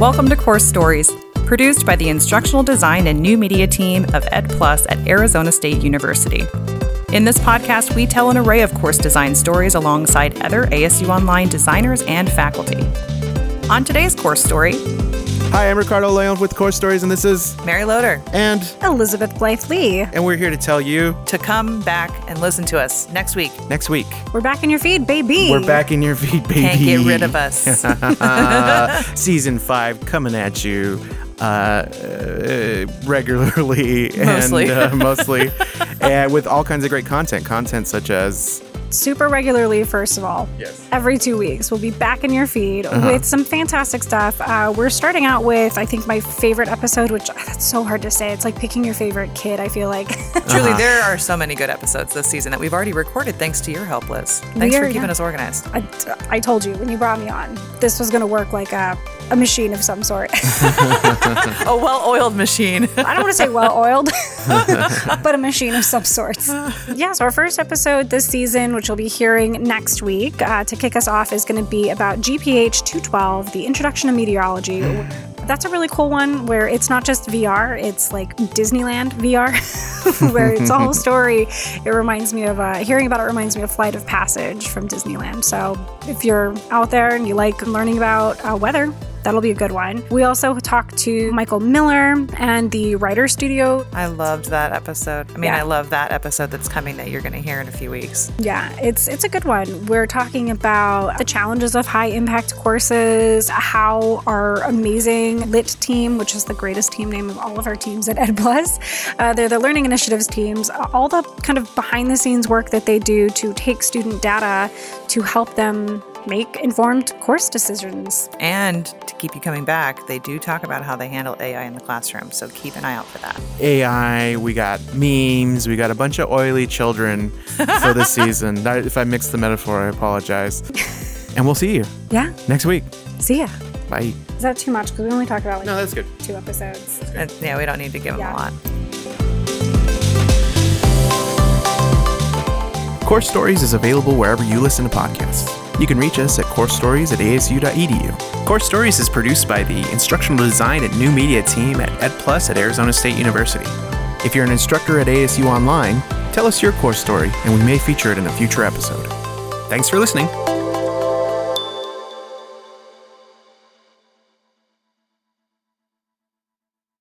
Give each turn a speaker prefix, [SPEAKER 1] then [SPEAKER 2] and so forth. [SPEAKER 1] Welcome to Course Stories, produced by the Instructional Design and New Media team of Ed Plus at Arizona State University. In this podcast, we tell an array of course design stories alongside other ASU Online designers and faculty. On today's course story,
[SPEAKER 2] Hi, I'm Ricardo Leon with Course Stories, and this is
[SPEAKER 1] Mary Loader
[SPEAKER 2] and
[SPEAKER 3] Elizabeth Blythe Lee.
[SPEAKER 2] and we're here to tell you
[SPEAKER 1] to come back and listen to us next week.
[SPEAKER 2] next week
[SPEAKER 3] We're back in your feed, baby.
[SPEAKER 2] we're back in your feed, baby. Uh,
[SPEAKER 1] Can't get rid of us.
[SPEAKER 2] Season five coming at you uh, uh, regularly
[SPEAKER 1] Mostly.
[SPEAKER 2] and uh, mostly, and with all kinds of great content. Content such as
[SPEAKER 3] Super regularly, first of all.
[SPEAKER 2] Yes. Uh-huh.
[SPEAKER 3] Every two weeks, we'll be back in your feed with some fantastic stuff. Uh, we're starting out with, I think, my favorite episode, which ah, that's so hard to say. It's like picking your favorite kid, I feel like.
[SPEAKER 1] Truly, there are so many good episodes this season that we've already recorded thanks to your help, Liz. Thanks
[SPEAKER 3] We
[SPEAKER 1] for
[SPEAKER 3] are,
[SPEAKER 1] keeping
[SPEAKER 3] yeah.
[SPEAKER 1] us organized.
[SPEAKER 3] I, I told you when you brought me on, this was going to work like a, a machine of some sort.
[SPEAKER 1] A well oiled machine.
[SPEAKER 3] I don't want to say well oiled, but a machine of some sorts. Yeah, so our first episode this season, which you'll be hearing next week uh, to kick us off, is going to be about GPH 212, the introduction to meteorology. That's a really cool one where it's not just VR, it's like Disneyland VR, where it's a whole story. It reminds me of, uh, hearing about it reminds me of Flight of Passage from Disneyland. So if you're out there and you like learning about uh, weather, That'll be a good one. We also talked to Michael Miller and the Writer Studio.
[SPEAKER 1] I loved that episode. I mean,
[SPEAKER 3] Yeah.
[SPEAKER 1] I love that episode that's coming that you're going to hear in a few weeks.
[SPEAKER 3] Yeah, it's it's a good one. We're talking about the challenges of high impact courses, how our amazing Lit team, which is the greatest team name of all of our teams at Ed Plus, uh, they're the learning initiatives teams, all the kind of behind the scenes work that they do to take student data to help them make informed course decisions.
[SPEAKER 1] And to keep you coming back, they do talk about how they handle AI in the classroom. So keep an eye out for that.
[SPEAKER 2] AI. We got memes. We got a bunch of oily children for this season. I- If I mixed the metaphor, I apologize. And we'll see you
[SPEAKER 3] Yeah,
[SPEAKER 2] next week.
[SPEAKER 3] see ya.
[SPEAKER 2] Bye.
[SPEAKER 3] Is that too much? Because we only talked about like
[SPEAKER 2] that's good.
[SPEAKER 3] two episodes.
[SPEAKER 1] And, yeah, we don't need to give them
[SPEAKER 3] Yeah.
[SPEAKER 1] a lot.
[SPEAKER 2] Course Stories is available wherever you listen to podcasts. You can reach us at coursestories at asu.edu. E Course Stories is produced by the Instructional Design and New Media team at EdPlus at Arizona State University. If you're an instructor at ASU Online, tell us your course story and we may feature it in a future episode. Thanks for listening.